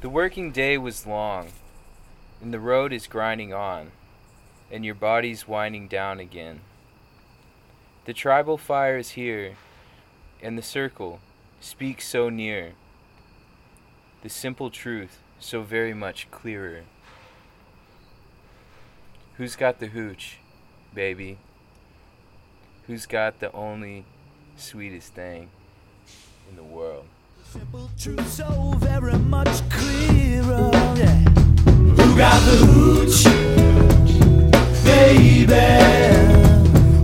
The working day was long, and the road is grinding on, and your body's winding down again. The tribal fire is here, and the circle speaks so near, the simple truth so very much clearer. Who's got the hooch, baby? Who's got the only sweetest thing in the world? Simple truth so very much clearer. Yeah. Who got the hooch, baby?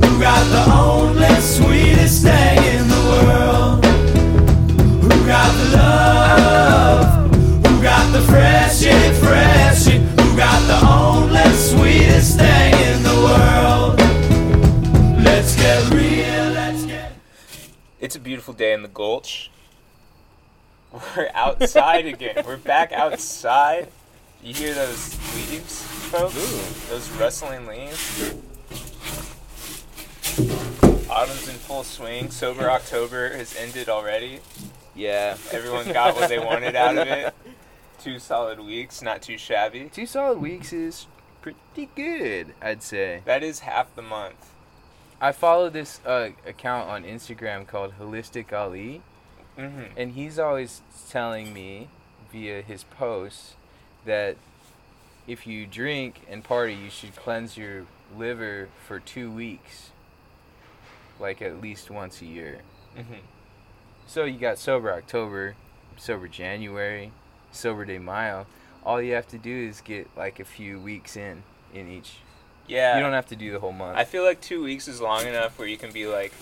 Who got the only sweetest thing in the world? Who got the love? Who got the freshie, freshie? Who got the only sweetest thing in the world? Let's get real, let's get. It's a beautiful day in the Gulch. We're outside again. We're back outside. You hear those leaves, folks? Those rustling leaves. Autumn's in full swing. Sober October has ended already. Yeah. Everyone got what they wanted out of it. Two solid weeks, not too shabby. Two solid weeks is pretty good, I'd say. That is half the month. I follow this uh, account on Instagram called Holistic Ali, Mm-hmm. and he's always telling me via his posts that if you drink and party, you should cleanse your liver for two weeks, like at least once a year. Mm-hmm. So you got sober October, sober January, sober day mile. All you have to do is get like a few weeks in in each. Yeah. You don't have to do the whole month. I feel like two weeks is long enough where you can be like,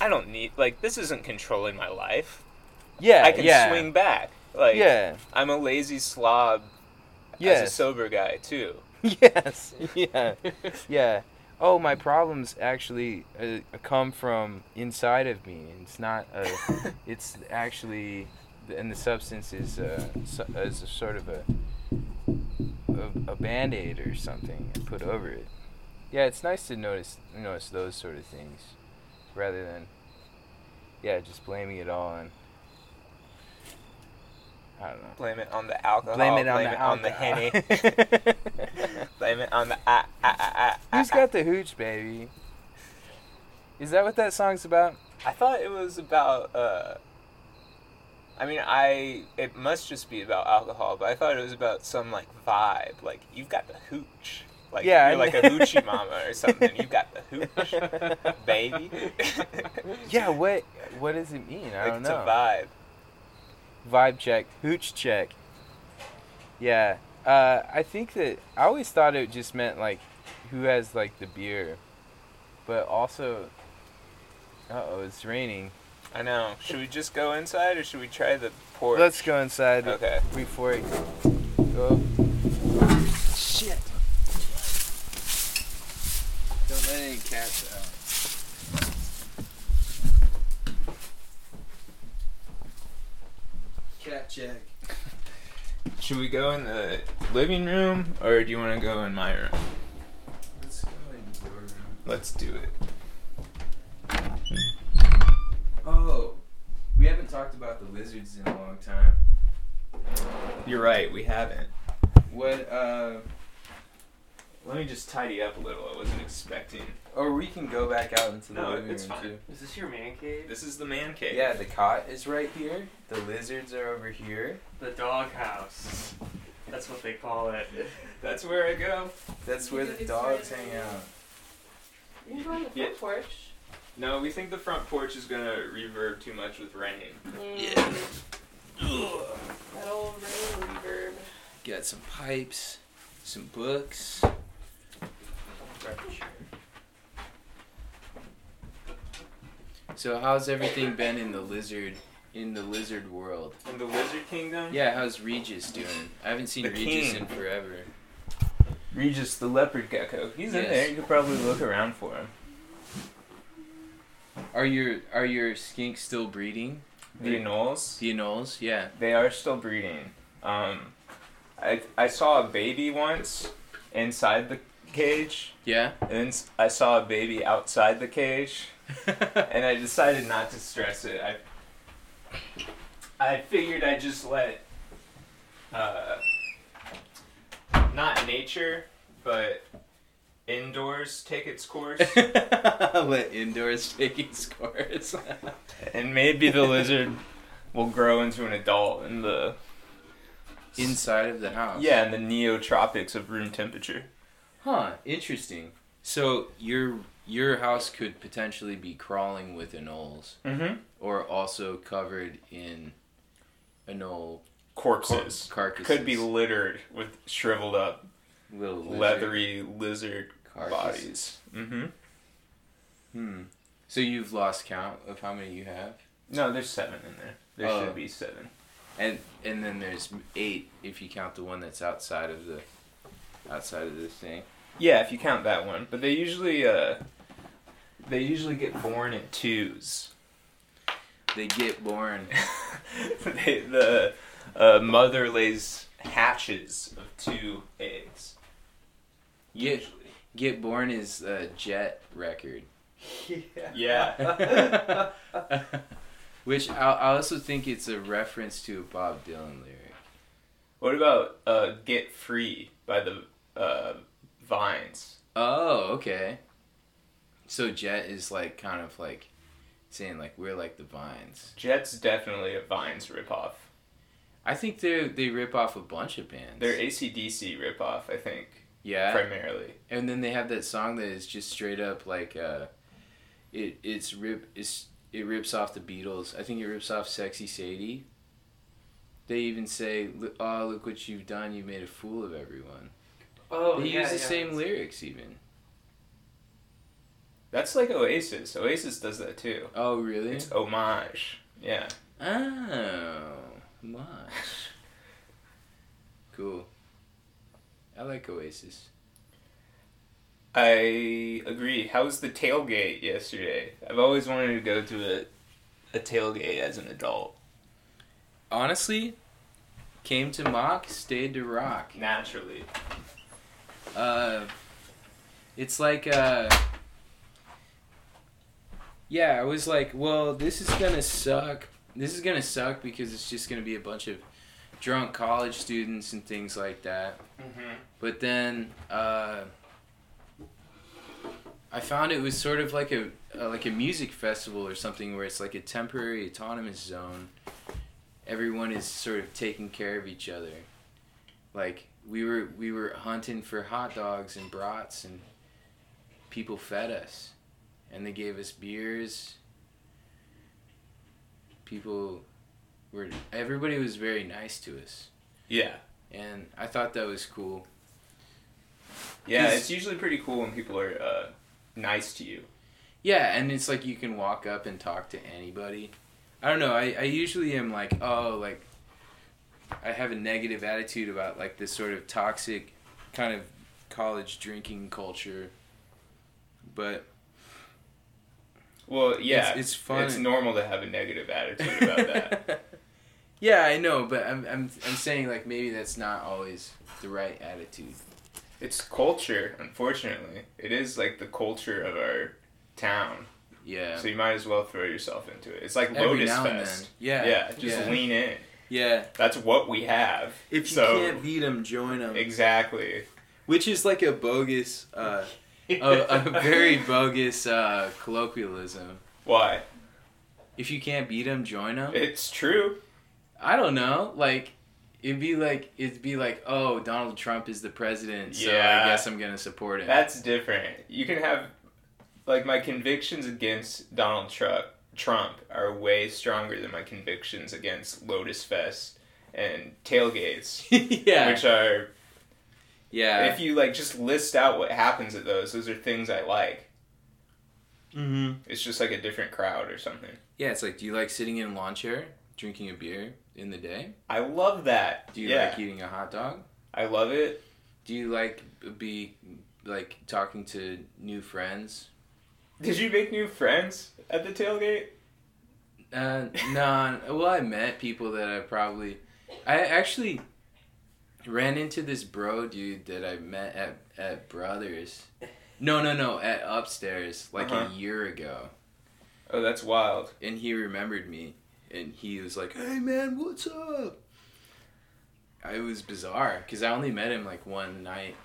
I don't need like this isn't controlling my life. yeah, I can yeah, swing back. Like yeah. I'm a lazy slob as a Yes. sober guy too. yes. Yeah. yeah. Oh, my problems actually uh, come from inside of me. It's not a. it's actually, and the substance is uh, so, is a sort of a a, a band aid or something and put over it. Yeah, it's nice to notice notice those sort of things, rather than yeah, just blaming it all on. I don't know. Blame it on the alcohol. Blame it on the henny. alcohol. blame it on the ah ah ah ah. Who's ah. got the hooch, baby? Is that what that song's about? I thought it was about. Uh, I mean, I it must just be about alcohol, but I thought it was about some like vibe, like you've got the hooch, like Yeah, you're I like a know. hoochie mama or something. You've got the hooch, baby. Yeah, what what does it mean? I like don't it's a know. vibe. Vibe check, hooch check. Yeah. Uh, I think that I always thought it just meant like who has like the beer. But also uh oh, it's raining. I know. Should we just go inside or should we try the porch? Let's go inside Okay. before it go. Shit. Don't let any cats out. Cat check. Should we go in the living room or do you want to go in my room? Let's go in your room. Let's do it. Oh, we haven't talked about the lizards in a long time. You're right. We haven't. What, uh, Let me just tidy up a little. I wasn't expecting. or we can go back out into the No, living it's room fine. too. Is this your man cave? This is the man cave. Yeah, the cot is right here. The lizards are over here. The doghouse. That's what they call it. That's where I go. That's where the dogs hang out. You can go on the Yeah. front porch. No, we think the front porch is gonna reverb too much with rain. Yeah. Mm. That old rain reverb. Got some pipes, some books. So how's everything been in the lizard in the lizard world? In the Lizard Kingdom? Yeah, how's Regis doing? I haven't seen The Regis king. in forever. Regis the leopard gecko. He's in Yes. there. You could probably look around for him. Are your are your skinks still breeding? The anoles. The anoles, yeah. They are still breeding. Um, I I saw a baby once inside the cage, Yeah. and then s- I saw a baby outside the cage, and I decided not to stress it. I I figured I just let uh, not nature, but indoors take its course. Let indoors take its course. and maybe the lizard will grow into an adult in the Inside of the house. yeah in the neotropics of room temperature. Huh. Interesting. So your your house could potentially be crawling with anoles, Mm-hmm. or also covered in anole Corpses carcasses. could be littered with shriveled up, little lizard leathery lizard carcasses. bodies. Mm-hmm. Hmm. So you've lost count of how many you have, No, there's seven in there. There Oh. should be seven. and and then there's eight if you count the one that's outside of the outside of this thing. Yeah, if you count that one, but they usually uh, they usually get born in twos. They get born. they, the uh, mother lays hatches of two eggs. Yeah. Get born is a jet record. Yeah. Which I, I also think it's a reference to a Bob Dylan lyric. what about uh, "Get Free" by the uh, Vines? Oh, okay. So Jet is like kind of like saying like we're like the vines. Jet's definitely a Vines ripoff. I think they they rip off a bunch of bands. They're ACDC ripoff, I think, yeah. primarily. And then they have that song that is just straight up like uh it it's rip it's it rips off the Beatles. I think it rips off Sexy Sadie. They even say, "Look- "Oh, look what you've done! You made a fool of everyone." Oh, they yeah, use the yeah. same lyrics even. That's like Oasis. Oasis does that too. Oh, really? It's homage. Yeah. Oh, much. cool. I like Oasis. I agree. How was the tailgate yesterday? I've always wanted to go to a, a tailgate as an adult. Honestly, came to mock, stayed to rock. Naturally. Uh, it's like uh, yeah. I was like, well, this is gonna suck. This is gonna suck because it's just gonna be a bunch of drunk college students and things like that. Mm-hmm. But then uh, I found it was sort of like a uh, like a music festival or something where it's like a temporary autonomous zone. Everyone is sort of taking care of each other. Like we were we were hunting for hot dogs and brats and people fed us and they gave us beers. People were everybody was very nice to us Yeah. and I thought that was cool. Yeah, 'Cause- it's usually pretty cool when people are uh, nice to you. Yeah, and it's like you can walk up and talk to anybody. I don't know. I, I usually am like, oh, like, I have a negative attitude about like this sort of toxic kind of college drinking culture. But Well, yeah. It's- it's fun. It's normal to have a negative attitude about that. yeah, I know, but I'm, I'm, I'm saying like maybe that's not always the right attitude. it's culture, unfortunately. It is like the culture of our town. Yeah. So you might as well throw yourself into it. It's like Every Lotus now and Fest. then. Yeah. Yeah, just yeah. lean in. Yeah. That's what we have. If you so, can't beat them, join them. Exactly. Which is like a bogus, uh, a, a very bogus uh, colloquialism. Why? If you can't beat them, join them. It's true. I don't know. Like, it'd be like it'd be like, oh, Donald Trump is the president, so Yeah. I guess I'm gonna support him. That's different. You can have like my convictions against Donald Trump Trump are way stronger than my convictions against Lotus Fest and tailgates, yeah, which are yeah. if you like just list out what happens at those, those are things I like. mm-hmm. It's just like a different crowd or something. Yeah, it's like, do you like sitting in a lawn chair, drinking a beer in the day? I love that. Do you yeah, like eating a hot dog? I love it. Do you like be like talking to new friends? Did you make new friends at the tailgate? Uh, no. Well, I met people that I probably, I actually ran into this bro dude that I met at at Brothers. No, no, no, at upstairs like Uh-huh. a year ago, Oh, that's wild. and he remembered me, and he was like, "Hey, man, what's up?" it was bizarre because I only met him like one night,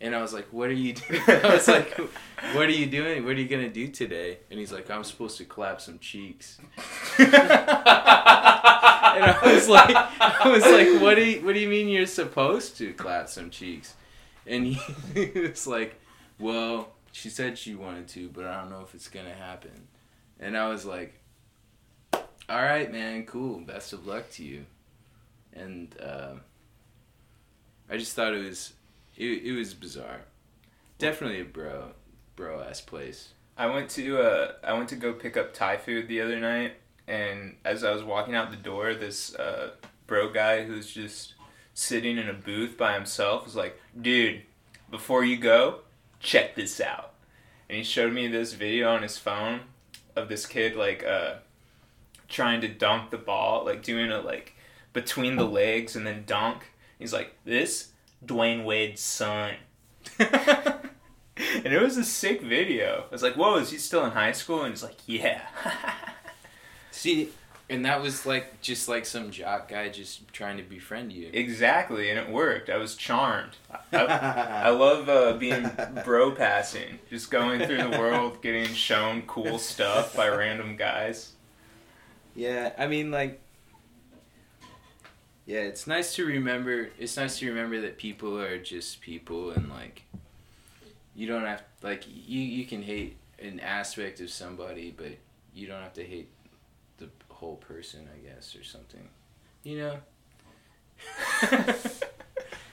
and I was like, "What are you doing?" I was like, "What are you doing? What are you gonna do today?" And he's like, "I'm supposed to clap some cheeks." and I was like, "I was like, what do you, what do you mean you're supposed to clap some cheeks?" And he, he was like, "Well, she said she wanted to, but I don't know if it's gonna happen." And I was like, all right, man. Cool. Best of luck to you. And uh, I just thought it was, it, it was bizarre. Definitely a bro, bro ass place. I went to uh, I went to go pick up Thai food the other night, and as I was walking out the door, this uh, bro guy who's just sitting in a booth by himself was like, "Dude, before you go, check this out." And he showed me this video on his phone of this kid like uh, trying to dunk the ball, like doing a like between the legs and then dunk. He's like, "This Dwayne Wade's son." and it was a sick video. I was like, "Whoa, is he still in high school?" And he's like, "Yeah." See, and that was like just like some jock guy just trying to befriend you. exactly, and it worked. I was charmed. I, I love uh, being bro passing, just going through the world, getting shown cool stuff by random guys. yeah, I mean like. Yeah, it's nice to remember. It's nice to remember that people are just people, and like, you don't have like you you can hate an aspect of somebody, but you don't have to hate the whole person, I guess, or something. You know,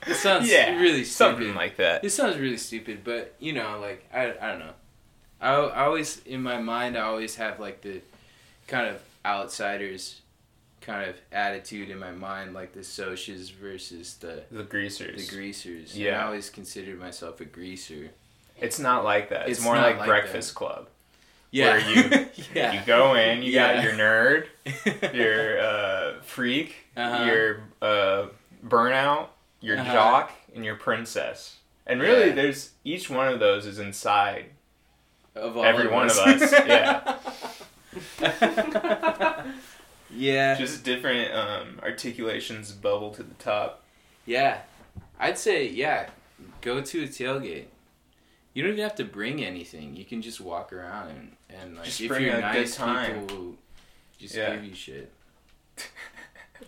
it sounds yeah, really stupid. something like that. It sounds really stupid, but you know, like I, I don't know. I, I always in my mind I always have like the kind of outsiders kind of attitude in my mind, like the socias versus the The greasers. the greasers. And Yeah. I always considered myself a greaser. it's not like that. It's, It's more not like, like Breakfast Club. Yeah. Where You yeah. go in, you Yeah. got your nerd, your uh, freak, Uh-huh. your uh, burnout, your Uh-huh. jock, and your princess. And really, Yeah. there's each one of those is inside of all every one of us. Yeah, Yeah. just different um, articulations bubble to the top. Yeah. I'd say yeah. Go to a tailgate. You don't even have to bring anything. You can just walk around and, and like Just if bring you're a good nice, time. people will just Yeah. give you shit.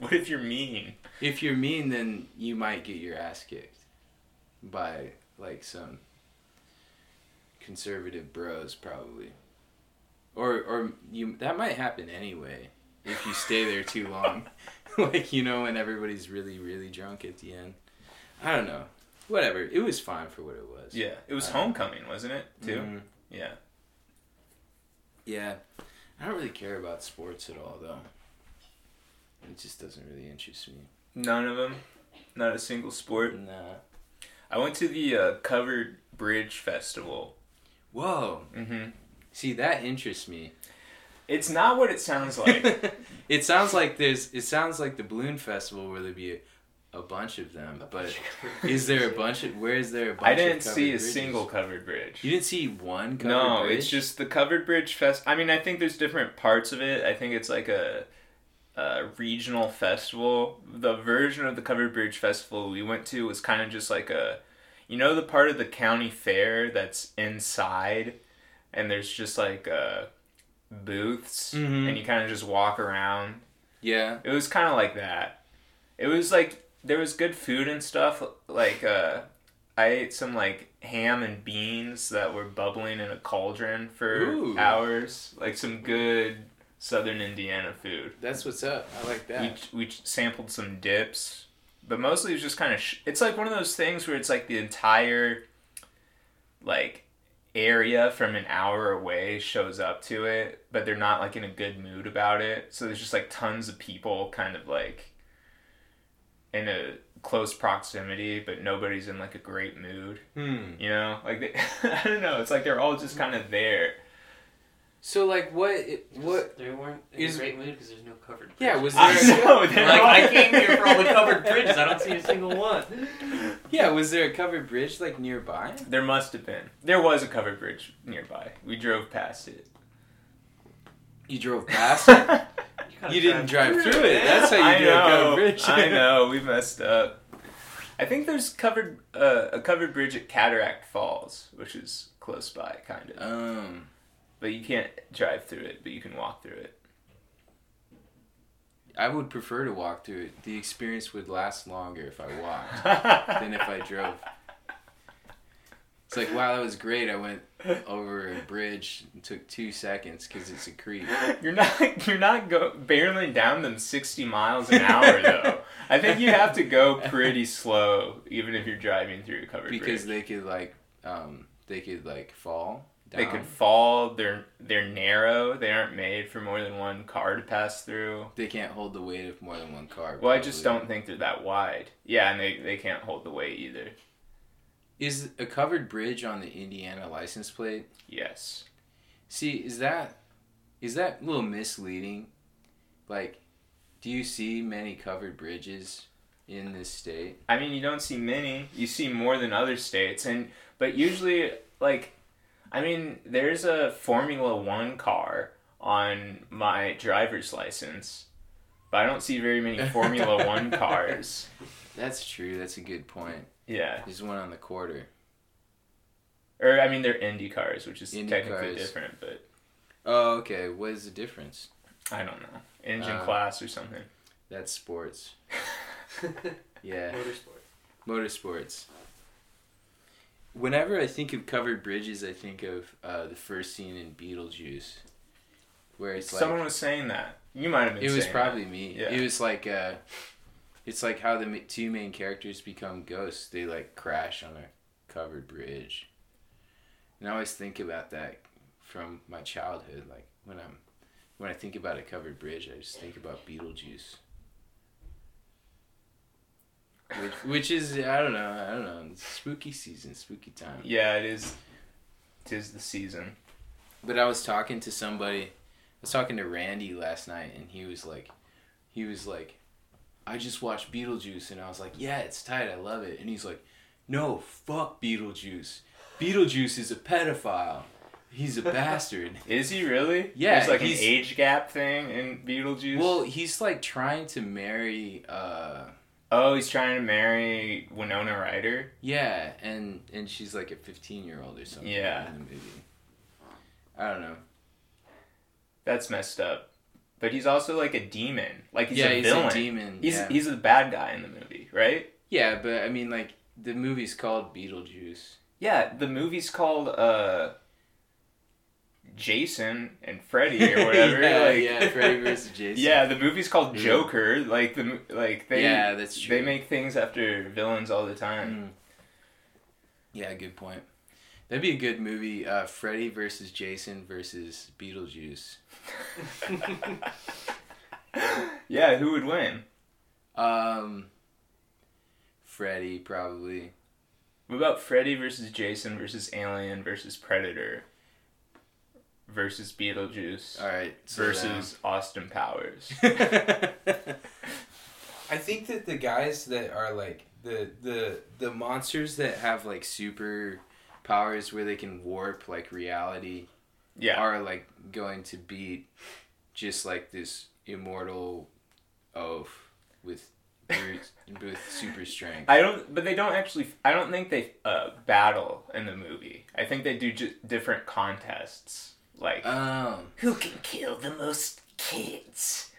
What if you're mean? If you're mean, then you might get your ass kicked by like some conservative bros, probably. Or or you that might happen anyway if you stay there too long. like you know when everybody's really really drunk at the end. I don't know. Whatever. It was fine for what it was. Yeah, it was Uh, homecoming, wasn't it? Too. Mhm. Yeah. Yeah. I don't really care about sports at all though. It just doesn't really interest me. None of them. Not a single sport. Nah. I went to the uh, Covered Bridge Festival. Whoa. hmm See that interests me. It's not what it sounds like. it sounds like there's. It sounds like the balloon festival where there'd be a, a bunch of them. But is there a bunch of? Where is there a bunch? I of didn't covered see a bridges? single covered bridge. You didn't see one. Covered no, bridge? it's just the covered bridge fest. I mean, I think there's different parts of it. I think it's like a, a regional festival. The version of the covered bridge festival we went to was kind of just like a, you know, the part of the county fair that's inside, and there's just like uh, booths, Mhm. and you kind of just walk around. yeah. It was kind of like that. It was like there was good food and stuff. Like uh, I ate some like ham and beans that were bubbling in a cauldron for Ooh. hours. Like some good Southern Indiana food. That's what's up. I like We that. we sampled some dips, but mostly it was just kind of. Sh- it's like one of those things where it's like the entire like area from an hour away shows up to it, but they're not like in a good mood about it. So there's just like tons of people kind of like in a close proximity, but nobody's in like a great mood. Hmm. You know, like they, I don't know. It's like they're all just kind of there. So like what? What? They weren't in Is- a great mood because there's no covered bridges. Yeah. Was there? I know. they're like, all- I came here for all the covered bridges. I don't see a single one. yeah. Was there a covered bridge like nearby? There must have been. There was a covered bridge nearby. We drove past it. You drove past. it? kinda You didn't tried. drive through it. That's how you I do know. a coverage. I know. We messed up. I think there's covered uh, a covered bridge at Cataract Falls, which is close by, kind of. Um, But you can't drive through it, but you can walk through it. I would prefer to walk through it. The experience would last longer if I walked than if I drove. It's like, wow, that was great. I went over a bridge and took two seconds because it's a creek. You're not you're not go barreling down them sixty miles an hour though. I think you have to go pretty slow, even if you're driving through a covered bridge. Because they could like, um, they could like fall down. They could fall. They're they're narrow. They aren't made for more than one car to pass through. They can't hold the weight of more than one car. Well, I just probably. don't think they're that wide. Yeah, and they, they can't hold the weight either. Is a covered bridge on the Indiana license plate? Yes. See, is that is that a little misleading? Like, do you see many covered bridges in this state? I mean, you don't see many. You see more than other states, and but usually, like, I mean, there's a Formula One car on my driver's license, but I don't see very many Formula One cars. That's true. That's a good point. Yeah, There's one on the quarter. or I mean, they're Indy cars, which is Indy technically cars. different, but Oh, okay. What is the difference? I don't know, engine Uh, class or something. That's sports. Yeah, Motorsport. motorsports. Whenever I think of covered bridges, I think of uh, the first scene in Beetlejuice, where it's like Someone was saying that. You might have been. It was saying probably me. Yeah. It was like uh it's like how the ma- two main characters become ghosts. They like crash on a covered bridge. And I always think about that from my childhood like when I'm when I think about a covered bridge, I just think about Beetlejuice. Which, which is I don't know, I don't know. It's spooky season, spooky time. that. Yeah, it is. Tis the season. But I was talking to somebody. I was talking to Randy last night, and he was like, he was like, I just watched Beetlejuice, and I was like, yeah, it's tight, I love it. And he's like, no, fuck Beetlejuice. Beetlejuice is a pedophile. He's a bastard. Is he really? Yeah, There's like an he's- age gap thing in Beetlejuice. well, he's like trying to marry. uh oh, he's trying to marry Winona Ryder. Yeah, and and she's like a fifteen year old or something. Yeah. In the movie. I don't know. That's messed up. But he's also like a demon. Like he's yeah, a he's villain. a demon. He's yeah. he's the bad guy in the movie, right? yeah, but I mean, like the movie's called Beetlejuice. Yeah, the movie's called uh Jason and Freddy or whatever. yeah, like, yeah, Freddy versus Jason. Yeah, the movie's called Yeah. Joker. Like the mo- like they Yeah, that's true. they make things after villains all the time. Mm. Yeah, good point. That'd be a good movie. Uh, Freddy versus Jason versus Beetlejuice. Yeah, who would win? Um, Freddy probably. What about Freddy versus Jason versus Alien versus Predator versus Beetlejuice All right. so versus Austin Powers? then- I think that the guys that are like the the the monsters that have like super powers where they can warp like reality Yeah, are like going to beat just like this immortal oaf with brute- with super strength. I don't, but they don't actually. I don't think they uh, battle in the movie. I think they do ju- different contests, like Um, who can kill the most kids.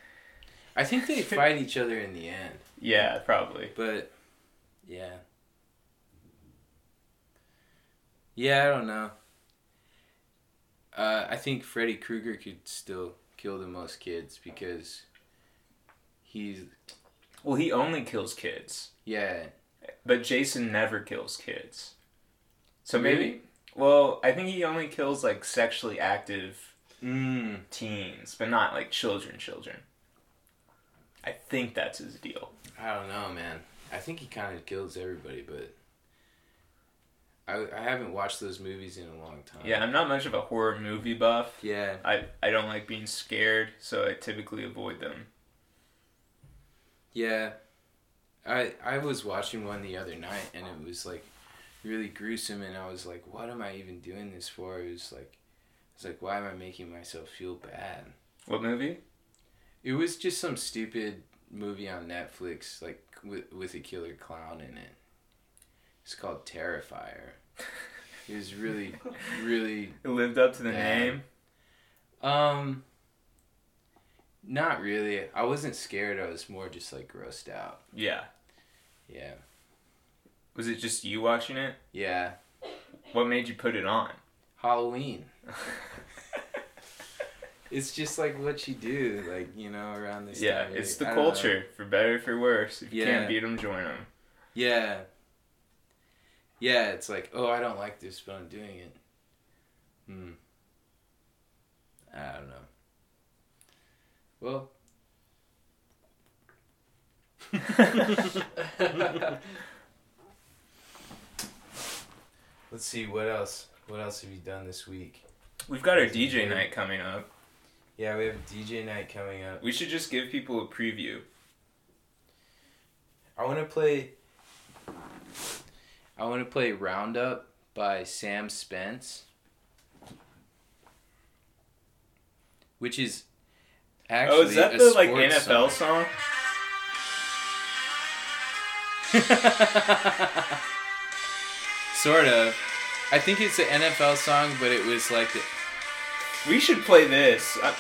I think they fight each other in the end, Yeah, probably. but yeah, yeah, I don't know. Uh, I think Freddy Krueger could still kill the most kids because he's Well, he only kills kids, yeah but Jason never kills kids. So Really? maybe. Well, I think he only kills like sexually active mm, teens, but not like children, children. I think that's his deal. I don't know, man. I think he kind of kills everybody, but I I haven't watched those movies in a long time. Yeah, I'm not much of a horror movie buff. yeah. I, I don't like being scared, so I typically avoid them. Yeah. I I was watching one the other night and it was like really gruesome and I was like, what am I even doing this for? It was like it's like why am I making myself feel bad? What movie? It was just some stupid movie on Netflix, like with, with a killer clown in it. It's called Terrifier. It was really, really It lived up to the Yeah. name. um. Not really. I wasn't scared. I was more just like grossed out. Yeah. Yeah. Was it just you watching it? Yeah. What made you put it on? Halloween. It's just like what you do, like you know, around this. yeah, time of it's year. the I don't know. culture, for better or for worse. If you Yeah. can't beat 'em, join 'em. Yeah. Yeah, it's like, oh, I don't like this, but I'm doing it. Hmm. I don't know. Well. Let's see what else. What else have you done this week? We've got our That's DJ weird. night coming up. Yeah, we have a DJ night coming up. We should just give people a preview. I want to play. I want to play Roundup by Sam Spence, which is actually oh, is that a the like sports NFL song. song? sort of. I think it's an NFL song, but it was like the, We should play this. I,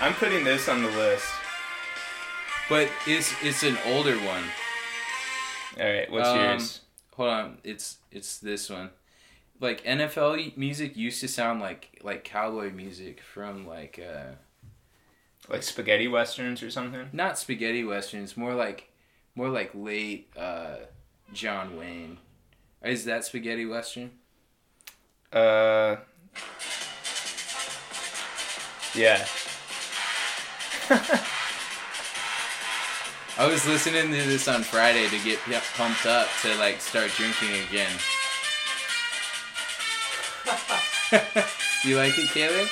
I'm putting this on the list. but it's it's an older one. All right, what's Um, yours? Hold on, it's it's this one. Like NFL music used to sound like like cowboy music from like uh Like spaghetti westerns or something? not spaghetti westerns, more like more like late uh, John Wayne. Is that spaghetti western? Uh. Yeah. I was listening to this on Friday to get p- pumped up to like start drinking again. you like it, Caleb?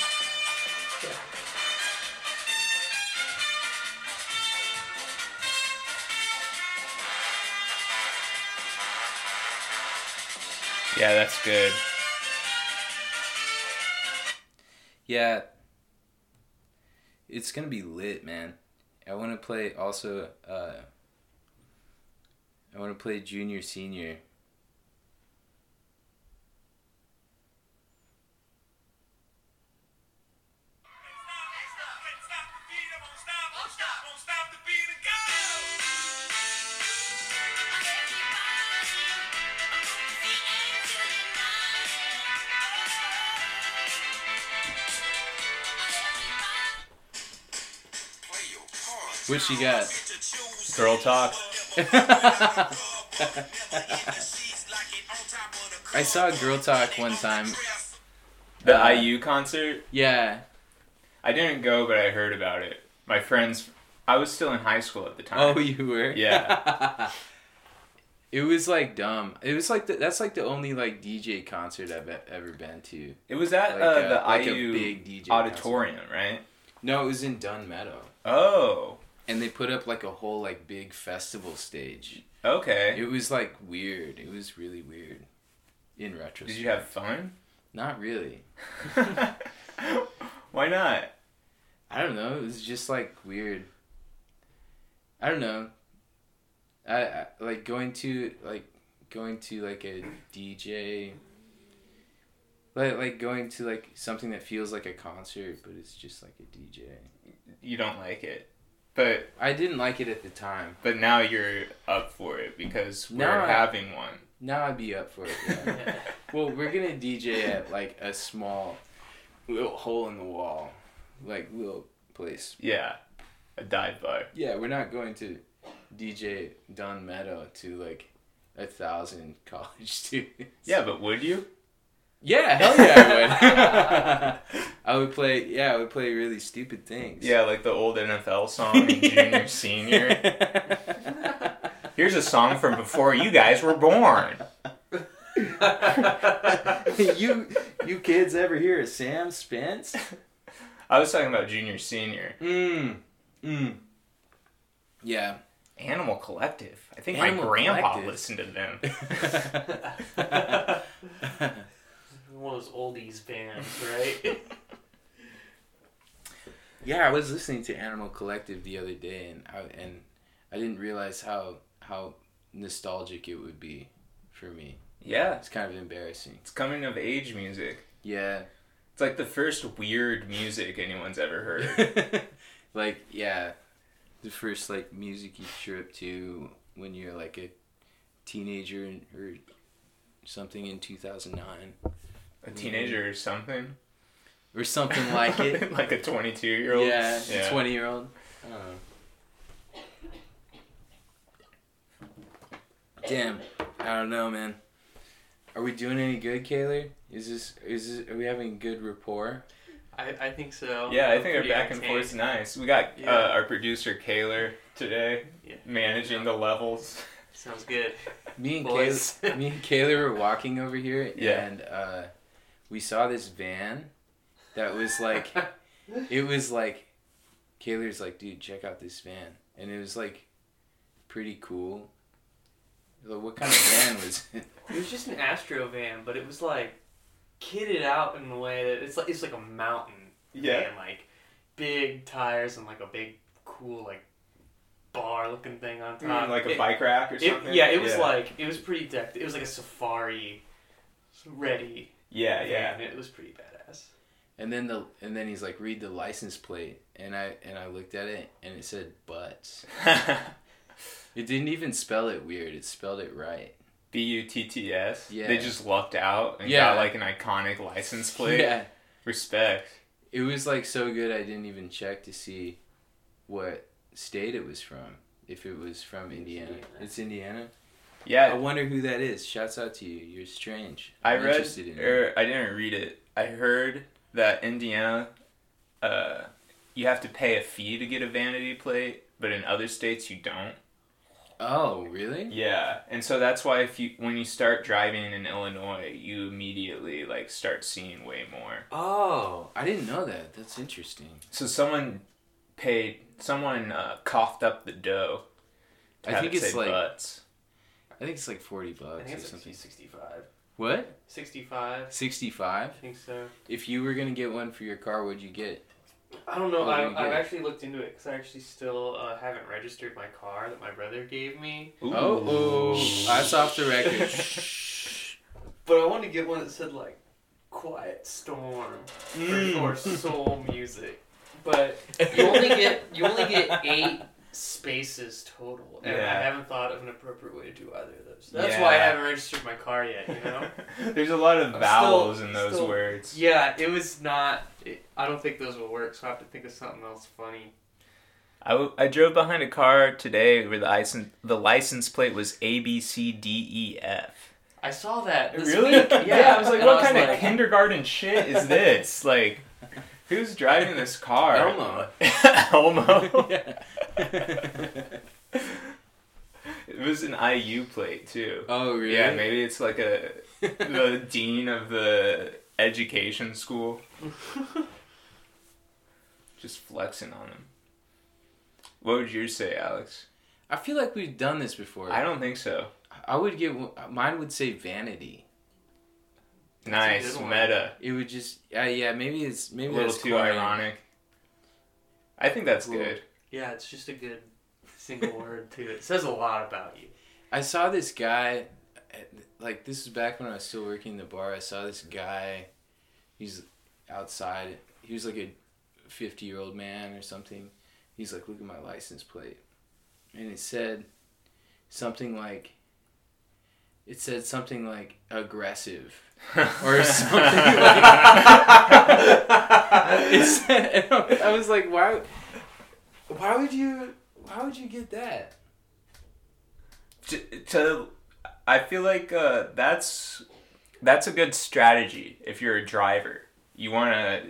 Yeah, that's good. Yeah. It's gonna be lit, man. I want to play also. Uh, I want to play junior senior. What you got? Girl talk. I saw Girl Talk one time. The Uh, IU concert. Yeah. I didn't go, but I heard about it. My friends. I was still in high school at the time. Oh, you were. Yeah. it was like dumb. It was like the, that's like the only like DJ concert I've e- ever been to. It was at Like, uh, uh, the like a IU big DJ concert. auditorium, right? No, it was in Dunmeadow, Oh, and they put up like a whole like big festival stage. okay. It was like weird. It was really weird. In retrospect, Did you have fun? Not really. Why not? I don't know. It was just like weird. I don't know. I, I like going to like going to like a DJ. Like like going to like something that feels like a concert, but it's just like a DJ. You don't like it, but I didn't like it at the time. but now you're up for it because we're Now I- having one. Now I'd be up for it. Yeah. well, we're gonna DJ at like a small little hole in the wall, like little place. yeah, a dive bar. Yeah, we're not going to DJ Don Meadow to like a thousand college students. Yeah, but would you? Yeah, hell yeah, I would. I would play. Yeah, I would play really stupid things. Yeah, like the old NFL song, in Yeah. Junior Senior. Here's a song from before you guys were born. you you kids ever hear of Sam Spence? I was talking about Junior Senior. Mmm. Mmm. Yeah. Animal Collective. I think Animal my grandpa Collective. listened to them. One of those oldies bands, right? Yeah, I was listening to Animal Collective the other day, and I and I didn't realize how how nostalgic it would be for me. Yeah, It's kind of embarrassing. it's coming of age music. Yeah, It's like the first weird music anyone's ever heard. like yeah, the first like music you trip to when you're like a teenager and- or something in 2009 A teenager or something. or something like it. like a 22 year old. yeah, twenty year old. I don't know. Uh. Damn, I don't know, man. Are we doing any good, Kaylor? Is this is this, are we having good rapport? I, I think so. Yeah, I I'm think our pretty back and octane. forth's nice. We got Yeah. uh, our producer Kaylor today Yeah. managing the levels. Sounds good. Me and Boys. Kaylor, me and Kaylor were walking over here, Yeah. and uh, we saw this van that was like it was like Kaylor's like, dude, check out this van, and it was like pretty cool. Like, what kind of van was it? It was just an Astro van, but it was like kitted out in a way that it's like it's like a mountain Yeah. van, like big tires and like a big cool like bar looking thing on top, Mm, like a Uh, It- bike rack or it- something. yeah, it was like it was pretty decked. It was like a safari ready. Yeah, van, yeah. and It was pretty badass. And then the and then he's like, read the license plate, and I and I looked at it, and it said butts. It didn't even spell it weird. It spelled it right. B U T T S. Yeah. They just lucked out and Yeah. got like an iconic license plate. Yeah, Respect. it was like so good. I didn't even check to see what state it was from. If it was from Indiana, Indiana. it's Indiana. I Yeah, wonder who that is. Shouts out to you. You're strange. I I'm read er interested in it. or I didn't read it. I heard that Indiana, uh, you have to pay a fee to get a vanity plate, but in other states you don't. Oh, really? Yeah, and so that's why if you when you start driving in Illinois, you immediately like start seeing way more. Oh, I didn't know that. That's interesting. So someone paid someone uh, coughed up the dough. To I have think it it's say like- butts. I think it's like forty bucks I think or it's something. like 65. What? 65. Sixty-five. I think so. If you were gonna get one for your car, what'd you get? I don't know. What do I, you I've get? actually looked into it because I actually still uh, haven't registered my car that my brother gave me. Ooh. Oh, oh, that's off the record. But I wanted to get one that said like "Quiet Storm" or, or soul music. But you only get you only get eight spaces total, and Yeah. I haven't thought of an appropriate way to do either of those. That's why I Yeah. haven't registered my car yet. You know. There's a lot of I'm vowels still- in those still- words. yeah, it was not. It, I don't think those will work. So I have to think of something else funny. I, w- I drove behind a car today where the license the license plate was A B C D E F. I saw that. This Really? Week. Yeah. Yeah, I was like, and what I was kind of like, kindergarten shit is this? Like, who's driving this car? Elmo. Elmo. Yeah. It was an IU plate too. oh, really? Yeah, maybe it's like a the dean of the education school. Just flexing on him. What would yours say, Alex? I feel like we've done this before. I don't think so. I would get one- mine would say vanity. That's a nice good one. meta. It would just uh, yeah maybe it's A maybe little that's too corny. ironic. I think that's Little- good. Yeah, it's just a good single word too. It says a lot about you. I saw this guy, at- like this is back when I was still working the bar. I saw this guy, he's outside. He was like a fifty-year-old man or something. He's like, look at my license plate, and it said something like, it said something like aggressive or something. like it said, I was like, why? Why would you? Why would you get that? to, to I feel like uh, that's that's a good strategy if you're a driver. You want to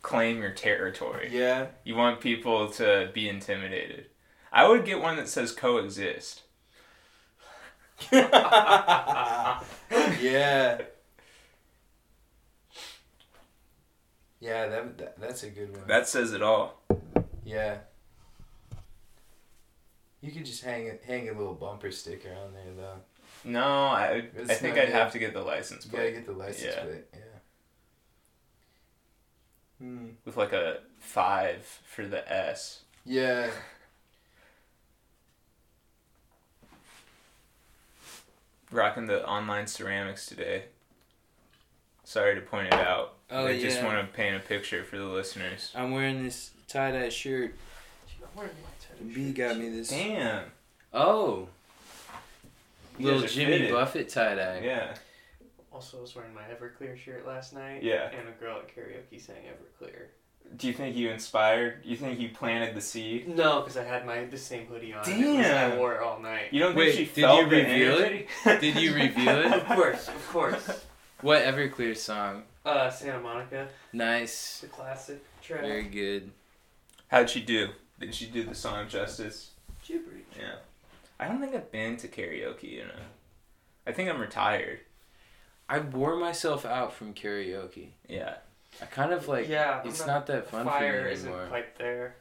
claim your territory. Yeah. You want people to be intimidated. I would get one that says coexist. yeah. Yeah, that, that that's a good one. That says it all. yeah. You could just hang a- hang a little bumper sticker on there though. No, I I It's think not I'd good. have to get the license You gotta plate get the license Yeah. plate. Yeah. Hmm. with like a five for the S. Yeah. Rocking the online ceramics today. Sorry to point it out. Oh, I just yeah. want to paint a picture for the listeners. I'm wearing this tie dye shirt. I'm wearing my type of B shirt. got me this. Damn. Oh, You little guys are Jimmy fitted. Buffett tie dye. Yeah. Also, I was wearing my Everclear shirt last night. Yeah. And a girl at karaoke sang Everclear. Do you think you inspired? You think you planted the seed? No, because I had my the same hoodie on. and it was- I Damn. wore it all night. You don't Wait, think she did felt you the reveal it? energy? Did you reveal it? of course, of course. What Everclear song? Uh, Santa Monica, Nice. the classic track. Very good. How'd she do? Did she do the song justice? Gibberish. Yeah. I don't think I've been to karaoke You know, I think I'm retired. I wore myself out from karaoke. Yeah. I kind of like. Yeah, I'm It's not- not that fun for Fire me isn't anymore. quite there.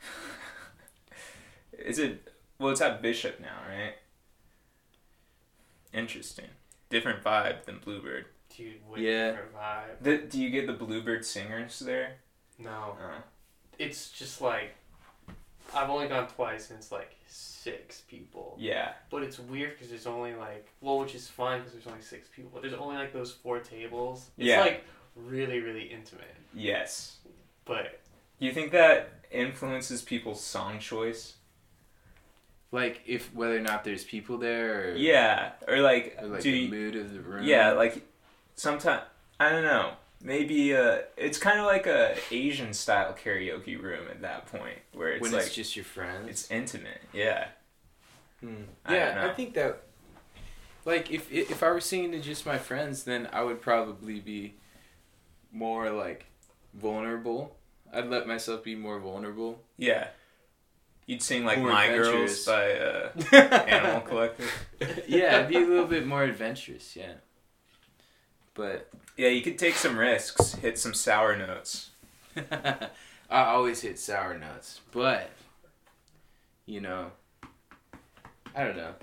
Is it? Well, it's at Bishop now, right? Interesting. Different vibe than Bluebird. Dude, what Yeah. different vibe. The, do you get the Bluebird singers there? No. Uh, It's just like, I've only gone twice and it's like six people. yeah. But it's weird because there's only like, well, which is fine because there's only six people. But there's only like those four tables. It's Yeah. like really, really intimate. Yes. But You think that influences people's song choice? Like if whether or not there's people there. Or, Yeah. Or like, Or like do the you, mood of the room. yeah, like sometimes I don't know. Maybe uh, it's kind of like a Asian style karaoke room at that point where it's when like it's just your friends. it's intimate. Yeah. Hmm. I don't Yeah, I, know. think that. Like if if I were singing to just my friends, then I would probably be more like vulnerable. I'd let myself be more vulnerable. Yeah. You'd sing like More My adventurous. Girls by uh, Animal Collective. yeah, I'd be a little bit more adventurous. Yeah. But Yeah, you could take some risks, hit some sour notes. I always hit sour notes. But you know, I don't know.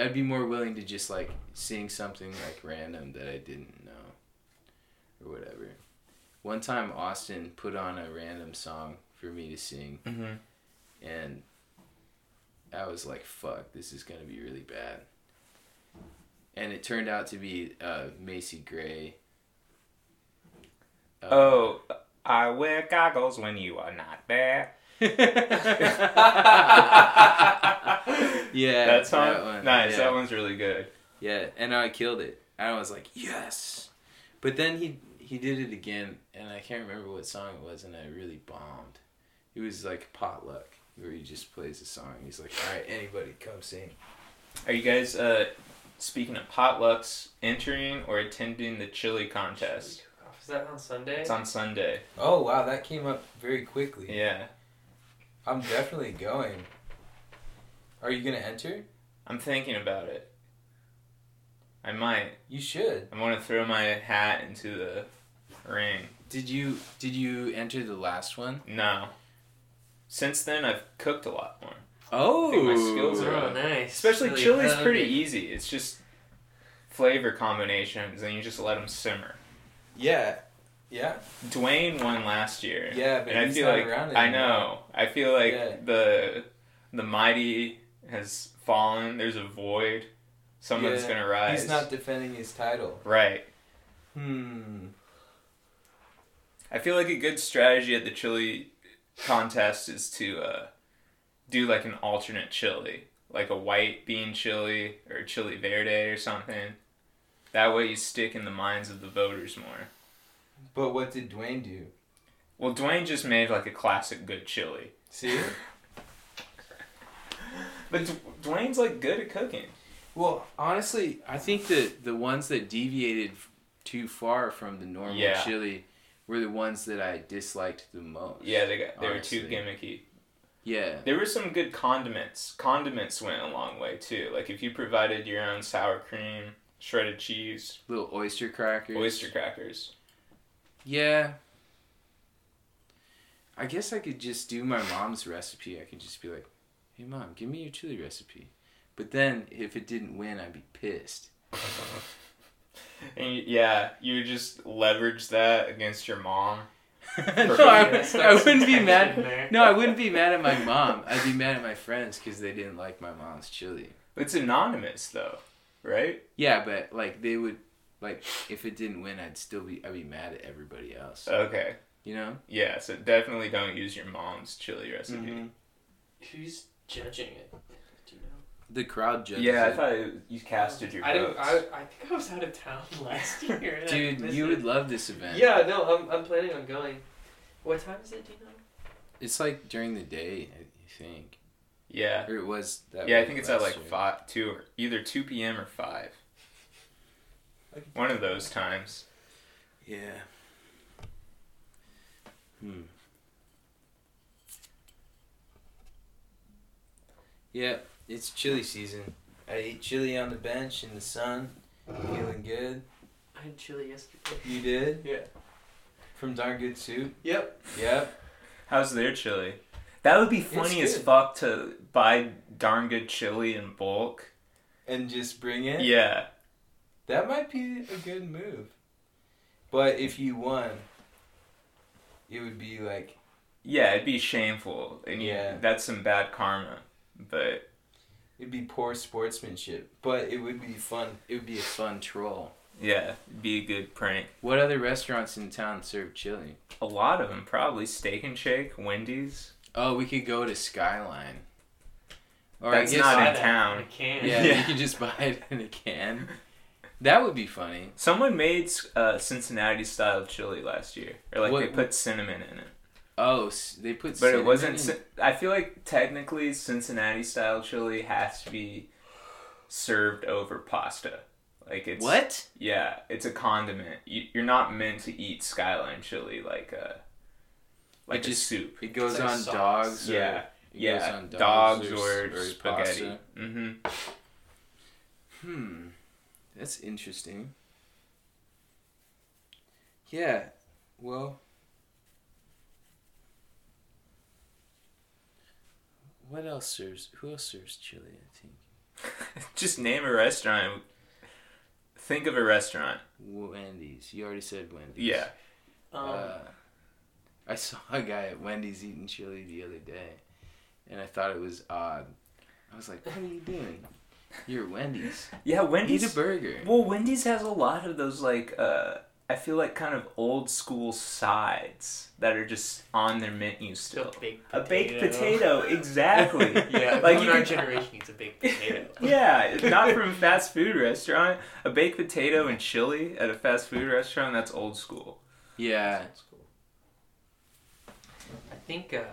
I'd be more willing to just like sing something like random that I didn't know or whatever. One time Austin put on a random song for me to sing Mm-hmm. and I was like, "Fuck, this is gonna be really bad." And it turned out to be uh, Macy Gray. Uh, Oh, I wear goggles when you are not there. yeah, that song? one, Nice, Yeah, that one's really good. yeah, and I killed it. I was like, "Yes," but then he he did it again, and I can't remember what song it was, and I really bombed. It was like potluck, where he just plays a song. He's like, "All right, anybody, come sing." Are you guys, uh, speaking of potlucks, entering or attending the chili contest? is that on Sunday? It's on Sunday. Oh wow, that came up very quickly. Yeah. I'm definitely going. Are you gonna enter? I'm thinking about it. I might. You should. I want to throw my hat into the ring. Did you did you enter the last one? No. Since then, I've cooked a lot more. Oh, think my skills are oh, up. nice. Especially Really chili's hug pretty e- it. easy. It's just flavor combinations, and you just let them simmer. Yeah, yeah. Dwayne won last year. Yeah, but and I he's feel not like around I anymore. know. I feel like Yeah. the the mighty has fallen. There's a void. Someone's Yeah. gonna rise. He's not defending his title. right. Hmm. I feel like a good strategy at the chili contest is to uh, do like an alternate chili, like a white bean chili or chili verde or something. That way you stick in the minds of the voters more. But what did Dwayne do? Well, Dwayne just made like a classic good chili. See? But D- Dwayne's like good at cooking. well, honestly, I think that the ones that deviated f- too far from the normal Yeah. chili were the ones that I disliked the most. Yeah, they got they were too Honestly. gimmicky. Yeah. There were some good condiments. Condiments went a long way too. Like if you provided your own sour cream, shredded cheese, Little oyster crackers. oyster crackers. Yeah. I guess I could just do my mom's recipe. I could just be like, "Hey mom, give me your chili recipe." But then if it didn't win, I'd be pissed. And you, yeah, you would just leverage that against your mom. no, I I, would- would, I wouldn't be In mad. there. No, I wouldn't be mad at my mom. I'd be mad at my friends because they didn't like my mom's chili. It's anonymous though, right? Yeah, but like they would, like if it didn't win, I'd still be I'd be mad at everybody else. Okay. You know? Yeah, so definitely don't use your mom's chili recipe. Who's judging it? Do you know? The crowd judges. Yeah, I it. thought it- you casted your I didn't. votes. I, I think I was out of town last year. and I dude, missed you it. would love this event. Yeah, no, I'm, I'm planning on going. What time is it? Do you know? it's like during the day, I think, Yeah. or it was. That Yeah, I way think it's at last like year. five, two, or either two p.m. or five. One of those times. Yeah. Hmm. Yeah, it's chili season. I ate chili on the bench in the sun, feeling good. I had chili yesterday. You did Yeah. from darn good soup. Yep. Yep. How's their chili? That would be funny as good. fuck to buy darn good chili in bulk. And just bring it. Yeah. That might be a good move. But if you won, it would be like Yeah, it'd be shameful, and yeah, Yeah. that's some bad karma. But it'd be poor sportsmanship. But it would be fun. It would be a fun troll. yeah, it'd be a good prank. What other restaurants in town serve chili? A lot of them probably Steak and Shake, Wendy's. Oh, we could go to Skyline. Or That's I guess not Buy in that. town. I can. yeah, Yeah. you could just buy it in a can. That would be funny. Someone made uh, Cincinnati style chili last year, or like What- they put cinnamon in it, Oh, s- they but put. it cinnamon wasn't. in- cin- I feel like technically Cincinnati style chili has to be served over pasta. Like it's what? Yeah, it's a condiment. You, you're not meant to eat skyline chili like a like It just- a soup. It goes It's like on sauce. dogs. Or, Yeah, It yeah, Goes on dogs, dogs, or, s- spaghetti. pasta. hmm Hmm. That's interesting. Yeah. Well. What else serves? Who else serves chili? I think. Just name a restaurant. Think of a restaurant. Wendy's. You already said Wendy's. Yeah. Um, Uh, I saw a guy at Wendy's eating chili the other day, and I thought it was odd. I was like, "What are you doing? You're at Wendy's. Yeah, Eat Wendy's. a burger." Well, Wendy's has a lot of those like uh I feel like kind of old school sides that are just on their menu still. a baked A potato. baked potato, exactly. yeah, like like you our could- generation eats a baked potato. Yeah, not from a fast food restaurant. A baked potato and chili at a fast food restaurant, that's old school. Yeah. That's cool. I think, uh,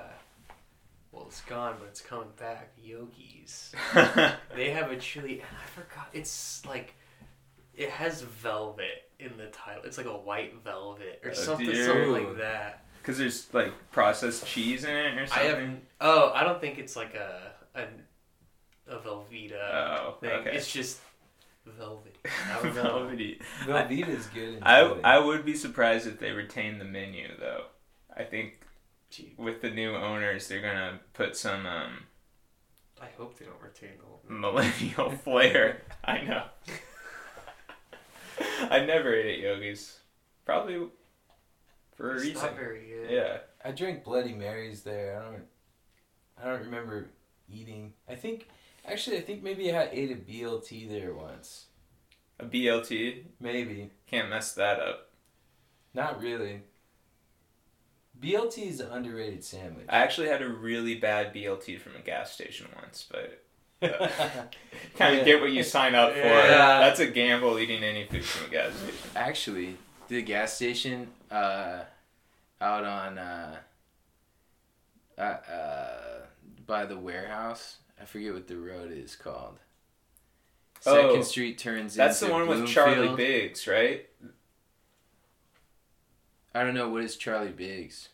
well, it's gone, but it's coming back. Yogis. They have a chili, and I forgot. It's like, it has velvet in the title. It's like a white velvet or Oh, something, dear. something like that. Because there's like processed cheese in it or I something. haven't. Oh, I don't think it's like a a, a Velveeta Oh, thing. okay. It's just velvet. I don't know. Velvety. Velveeta's good. In I, I would be surprised if they retain the menu though. I think Dude, with the new owners, they're gonna put some um, I hope they don't retain the Mm, whole. millennial flair. I know. I never ate at Yogi's. Probably for a It's reason. not very good. Yeah. I drank Bloody Marys there. I don't. I don't remember eating. I think actually, I think maybe I ate a BLT there once. A BLT. Maybe Can't mess that up. not really. BLT is an underrated sandwich. I actually had a really bad BLT from a gas station once, but kind of Yeah. get what you sign up for. Yeah. That's a gamble eating any food from a gas station. actually the gas station uh out on uh uh, uh by the warehouse i forget what the road is called Oh, second street turns That's the into one with Charlie Bloomfield. Biggs, right? i don't know what is charlie biggs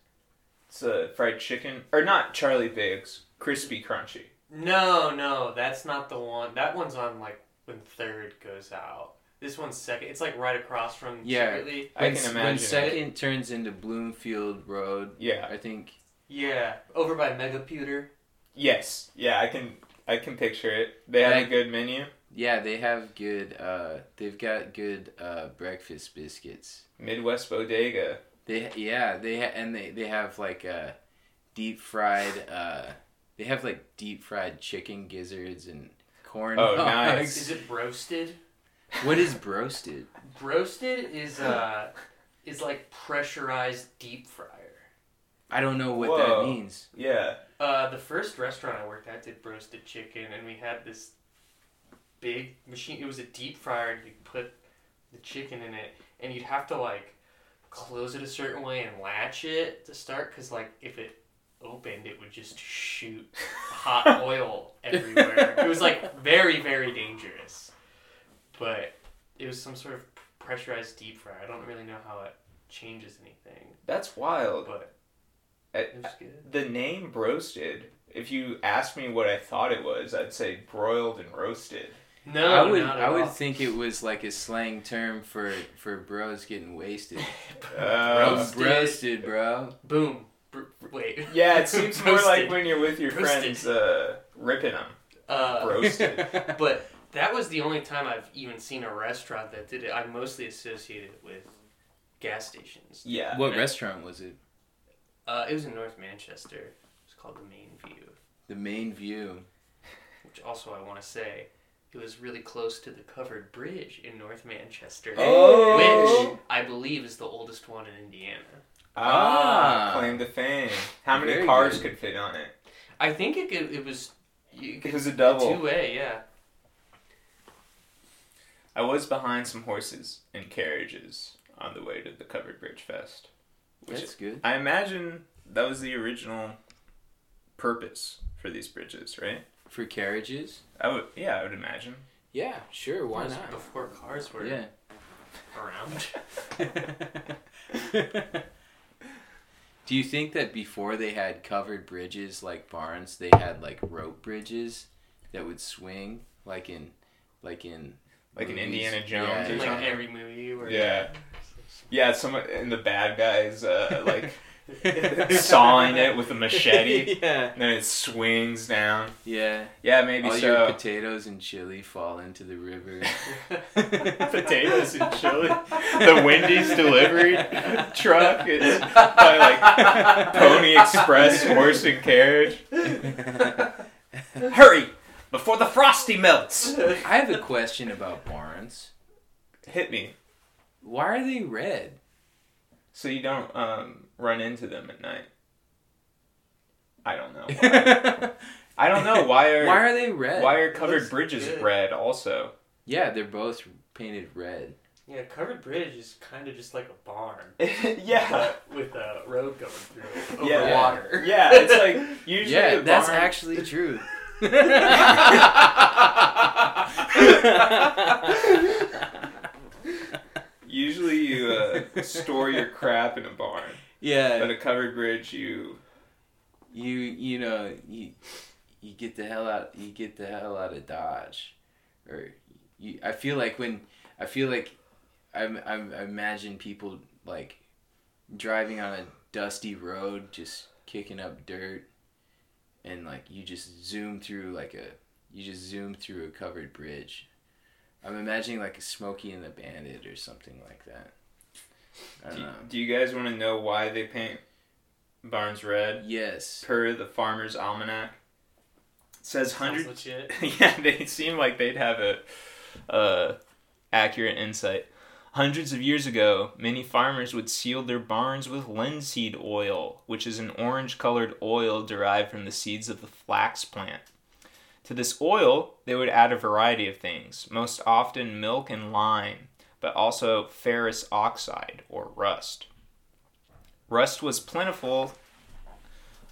It's a fried chicken. Or not Charlie Biggs, Crispy Crunchy. No, no, that's not the one. That one's on like when third goes out. This one's second. It's like right across from Yeah. secretly. I When- can when imagine. second turns into bloomfield road Yeah. i think Yeah, over by Megaputer. Yes. Yeah, I can I can picture it. They had a Like- good menu. yeah they have good uh they've got good uh breakfast biscuits Midwest Bodega. They yeah they ha- and they they have like uh, deep fried uh, they have like deep fried chicken gizzards and corn. Oh, dogs. nice. Is it roasted? What is broasted? Roasted is uh is like pressurized deep fryer. I don't know what Whoa. that means. Yeah. Uh, the first restaurant I worked at did roasted chicken, and we had this big machine. It was a deep fryer, and you'd put the chicken in it, and you'd have to like close it a certain way and latch it to start, because like if it opened, it would just shoot hot oil everywhere. It was like very very dangerous, but it was some sort of pressurized deep fryer. I don't really know how it changes anything, That's wild. but I- it was good. The name broasted. If you asked me what I thought it was, I'd say broiled and roasted. No, I would not at I would all. think it was like a slang term for for bros getting wasted. Uh, Roasted. Broasted, bro. Boom. Br- wait. yeah, it seems more like Roasted. when you're with your Roasted. friends uh, ripping them. Uh, Roasted. But that was the only time I've even seen a restaurant that did it. I mostly associated it with gas stations. yeah. what restaurant was it? Uh, it was in North Manchester. It's called the Main View, The main view. which also I want to say it was really close to the covered bridge in North Manchester, Oh. which I believe is the oldest one in Indiana. Ah, Ah. claim to fame. How many Very cars good. could fit on it? I think it could, it was you It could was a double. two way, yeah. I was behind some horses and carriages on the way to the Covered Bridge Fest. Which That's good. I imagine that was the original purpose for these bridges, right? For carriages? I would, yeah, I would imagine. Yeah, sure, It why was not? Before cars were Yeah. around. Do you think that before they had covered bridges like barns, they had like rope bridges that would swing like in like in Like an movies? Indiana Jones or Yeah, yeah. In, like something. every movie where Yeah. Yeah, some and the bad guys uh, like sawing sawing it with a machete, yeah. and then it swings down. Yeah. Yeah, maybe All your so. potatoes and chili fall into the river. potatoes and chili. The Wendy's delivery truck is by like Pony Express horse and carriage. Hurry before the frosty melts. I have a question about barns. Hit me Why are they red? so you don't um, run into them at night. I don't know. Why. Why I don't know why are why are they red? are, covered Looks bridges good. red also? Yeah, they're both painted red. Yeah, covered bridge is kind of just like a barn yeah. but with a road going through it over Yeah. water. Yeah, it's like usually yeah, a that's barn- actually true. usually you uh, store your crap in a barn. But yeah, a covered bridge you you you know you you get the hell out you get the hell out of Dodge, or you, I feel like when I feel like I'm, I'm I imagine people like driving on a dusty road just kicking up dirt, and like you just zoom through like a you just zoom through a covered bridge. I'm imagining like a Smokey and the Bandit or something like that. I don't Do, know. do you guys want to know why they paint barns red? Yes. Per the Farmer's Almanac, it says Sounds hundred. legit. yeah, they seem like they'd have a uh, accurate insight. Hundreds of years ago, many farmers would seal their barns with linseed oil, which is an orange colored oil derived from the seeds of the flax plant. To this oil, they would add a variety of things, most often milk and lime, but also ferrous oxide or rust. Rust was plentiful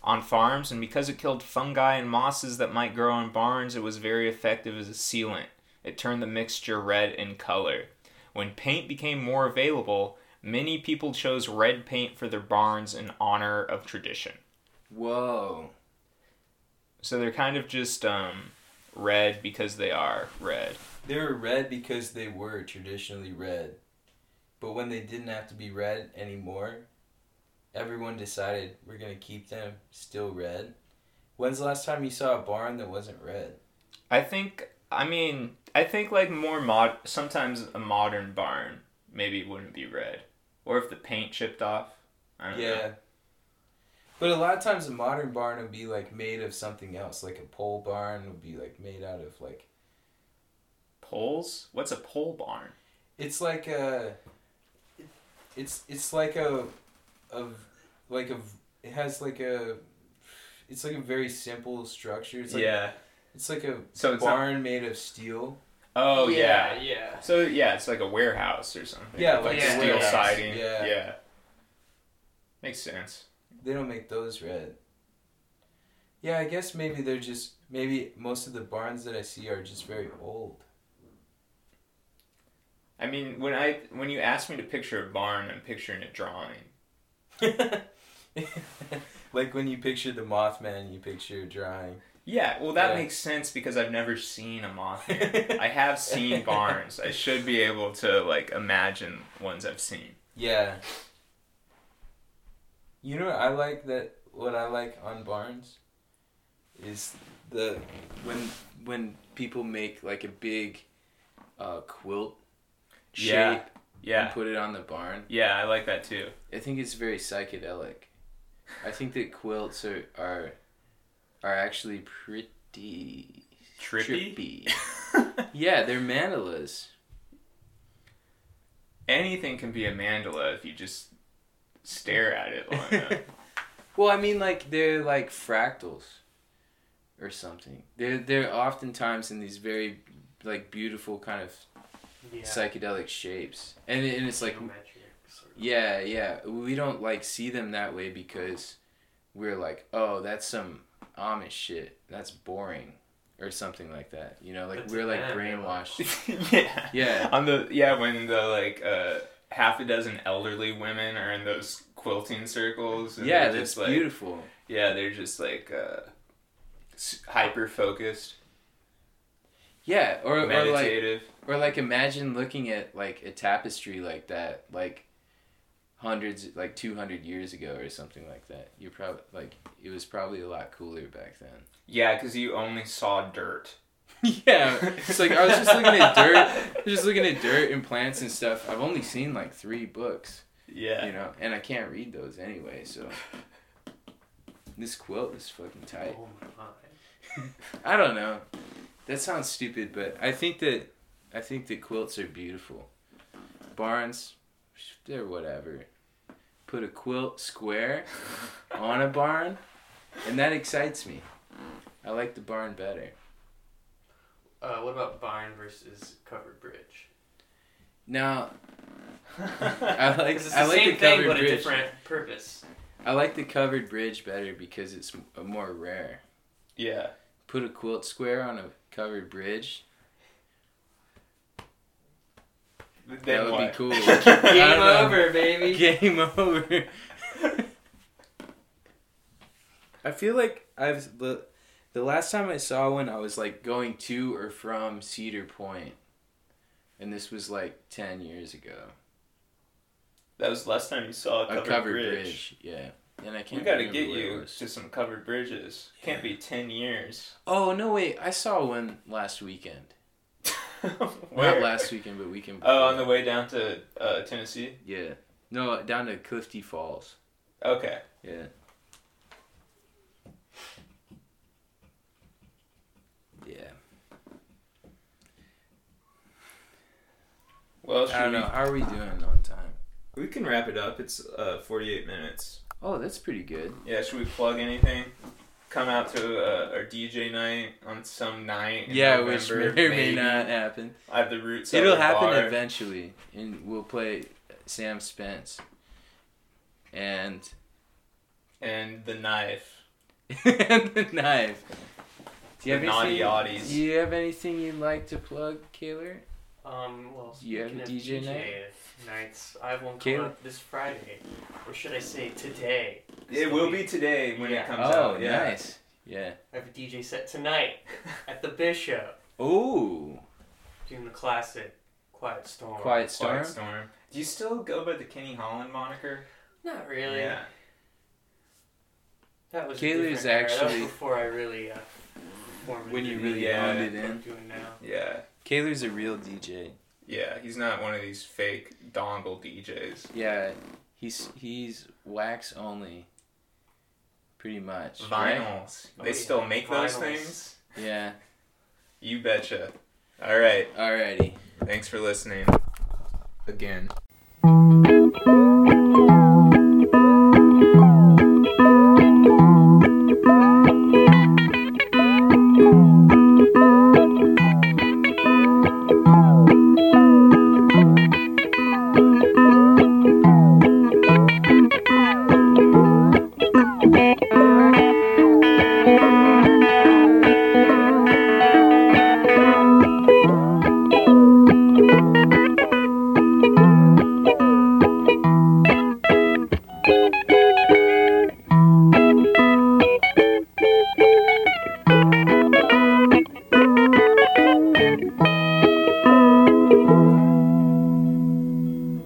on farms, and because it killed fungi and mosses that might grow in barns, it was very effective as a sealant. It turned the mixture red in color. When paint became more available, many people chose red paint for their barns in honor of tradition. Whoa. So they're kind of just um, red because they are red. They were red because they were traditionally red. But when they didn't have to be red anymore, everyone decided we're going to keep them still red. When's the last time you saw a barn that wasn't red? I think, I mean, I think like more mod, sometimes a modern barn maybe wouldn't be red. Or if the paint chipped off, I don't Yeah. But a lot of times a modern barn would be like made of something else. Like a pole barn would be like made out of like Poles? What's a pole barn? it's like a it's it's like a of like a it has like a it's like a very simple structure. It's like yeah. it's like a So it's not- barn made of steel. Oh yeah. yeah. yeah. So yeah, it's like a warehouse or something. Yeah, with, like like a steel warehouse. siding. Yeah. yeah. Makes sense. They don't make those red. Yeah, I guess maybe they're just maybe most of the barns that I see are just very old. I mean, when I when you ask me to picture a barn, I'm picturing a drawing. like when you picture the Mothman, you picture drawing. Yeah, well, that Yeah. makes sense because I've never seen a Mothman. I have seen barns. I should be able to like imagine ones I've seen. Yeah. You know what I like that what I like on barns is the when when people make like a big uh, quilt shape Yeah, and Yeah, put it on the barn. yeah, I like that too. I think it's very psychedelic. I think that quilts are are, are actually pretty Trippy. trippy. yeah, they're mandalas. Anything can be a mandala if you just stare at it long enough. Well, I mean, like they're like fractals, or something. They're they're oftentimes in these very like beautiful kind of psychedelic shapes, and it- and it's like Geometric sort of- yeah, yeah. We don't like see them that way because we're like, oh, that's some Amish shit. That's boring, or something like that. You know, like But to we're like them, they're like- brainwashed. yeah. Yeah. On the yeah, when the like uh half a dozen elderly women are in those quilting circles. And yeah, they're that's just, like, beautiful. Yeah, they're just like uh hyper focused, Yeah, or or like meditative. Or like imagine looking at like a tapestry like that, like hundreds, like two hundred years ago or something like that. You probably like it was probably a lot cooler back then. Yeah, because you only saw dirt. yeah, it's like I was just looking at dirt, just looking at dirt and plants and stuff. I've only seen like three books, Yeah. you know, and I can't read those anyway. So this quilt is fucking tight. Oh my god. Oh. I don't know. That sounds stupid, but I think that I think that quilts are beautiful. Barns, they're whatever. Put a quilt square on a barn, and that excites me. I like the barn better. Uh, what about barn versus covered bridge? Now, I like 'Cause it's the I like same the thing, covered but a bridge. different purpose. I like the covered bridge better because it's m- uh, more rare. yeah. Put a quilt square on a covered bridge. Then That would what? be cool. Game know. over, baby. Game over. I feel like I've the the last time I saw one, I was like going to or from Cedar Point, and this was like ten years ago. that was the last time you saw a A covered, covered bridge. bridge, yeah. And I We can't. gotta remember get where it you was. to some covered bridges. Can't be ten years. Oh no! Wait, I saw one last weekend. Where? Not last weekend, but weekend. Oh, on the before. way down to uh, Tennessee. Yeah. No, down to Clifty Falls. Okay. Yeah. Yeah. Well, I should don't we, know. How are we doing on time? we can wrap it up. It's uh, forty-eight minutes. Oh, that's pretty good. Yeah, should we plug anything? Come out to uh, our DJ night on some night. In yeah, which November, may or may not happen. I have the roots. at It'll the happen bar. eventually, and we'll play Sam Spence and And the knife. and the knife. Do you The have anything? naughty oddies. Do you have anything you'd like to plug, Kaylor? Um, well, Do you have speaking a of DJ night? DJ nights, I have one coming Caleb? up this Friday, or should I say today? It will be today when it Yeah. comes Oh, out. Yeah. nice. Yeah. I have a DJ set tonight at the Bishop Ooh, doing the classic Quiet Storm. Quiet Storm. Quiet Storm. Do you still go by the Kenny Holland moniker? Not really. Yeah. That was a Caleb's different era. That was actually- before I really uh, formed When it you into really Yeah. owned it what I'm in. doing now. Yeah. Kaylor's a real DJ. Yeah. He's not one of these fake dongle DJs. Yeah, He's he's wax only. Pretty much. right? Vinyls. Oh, They yeah. still make those Vinyls. things? Yeah. You betcha. All right. Alrighty. Thanks for listening. Again.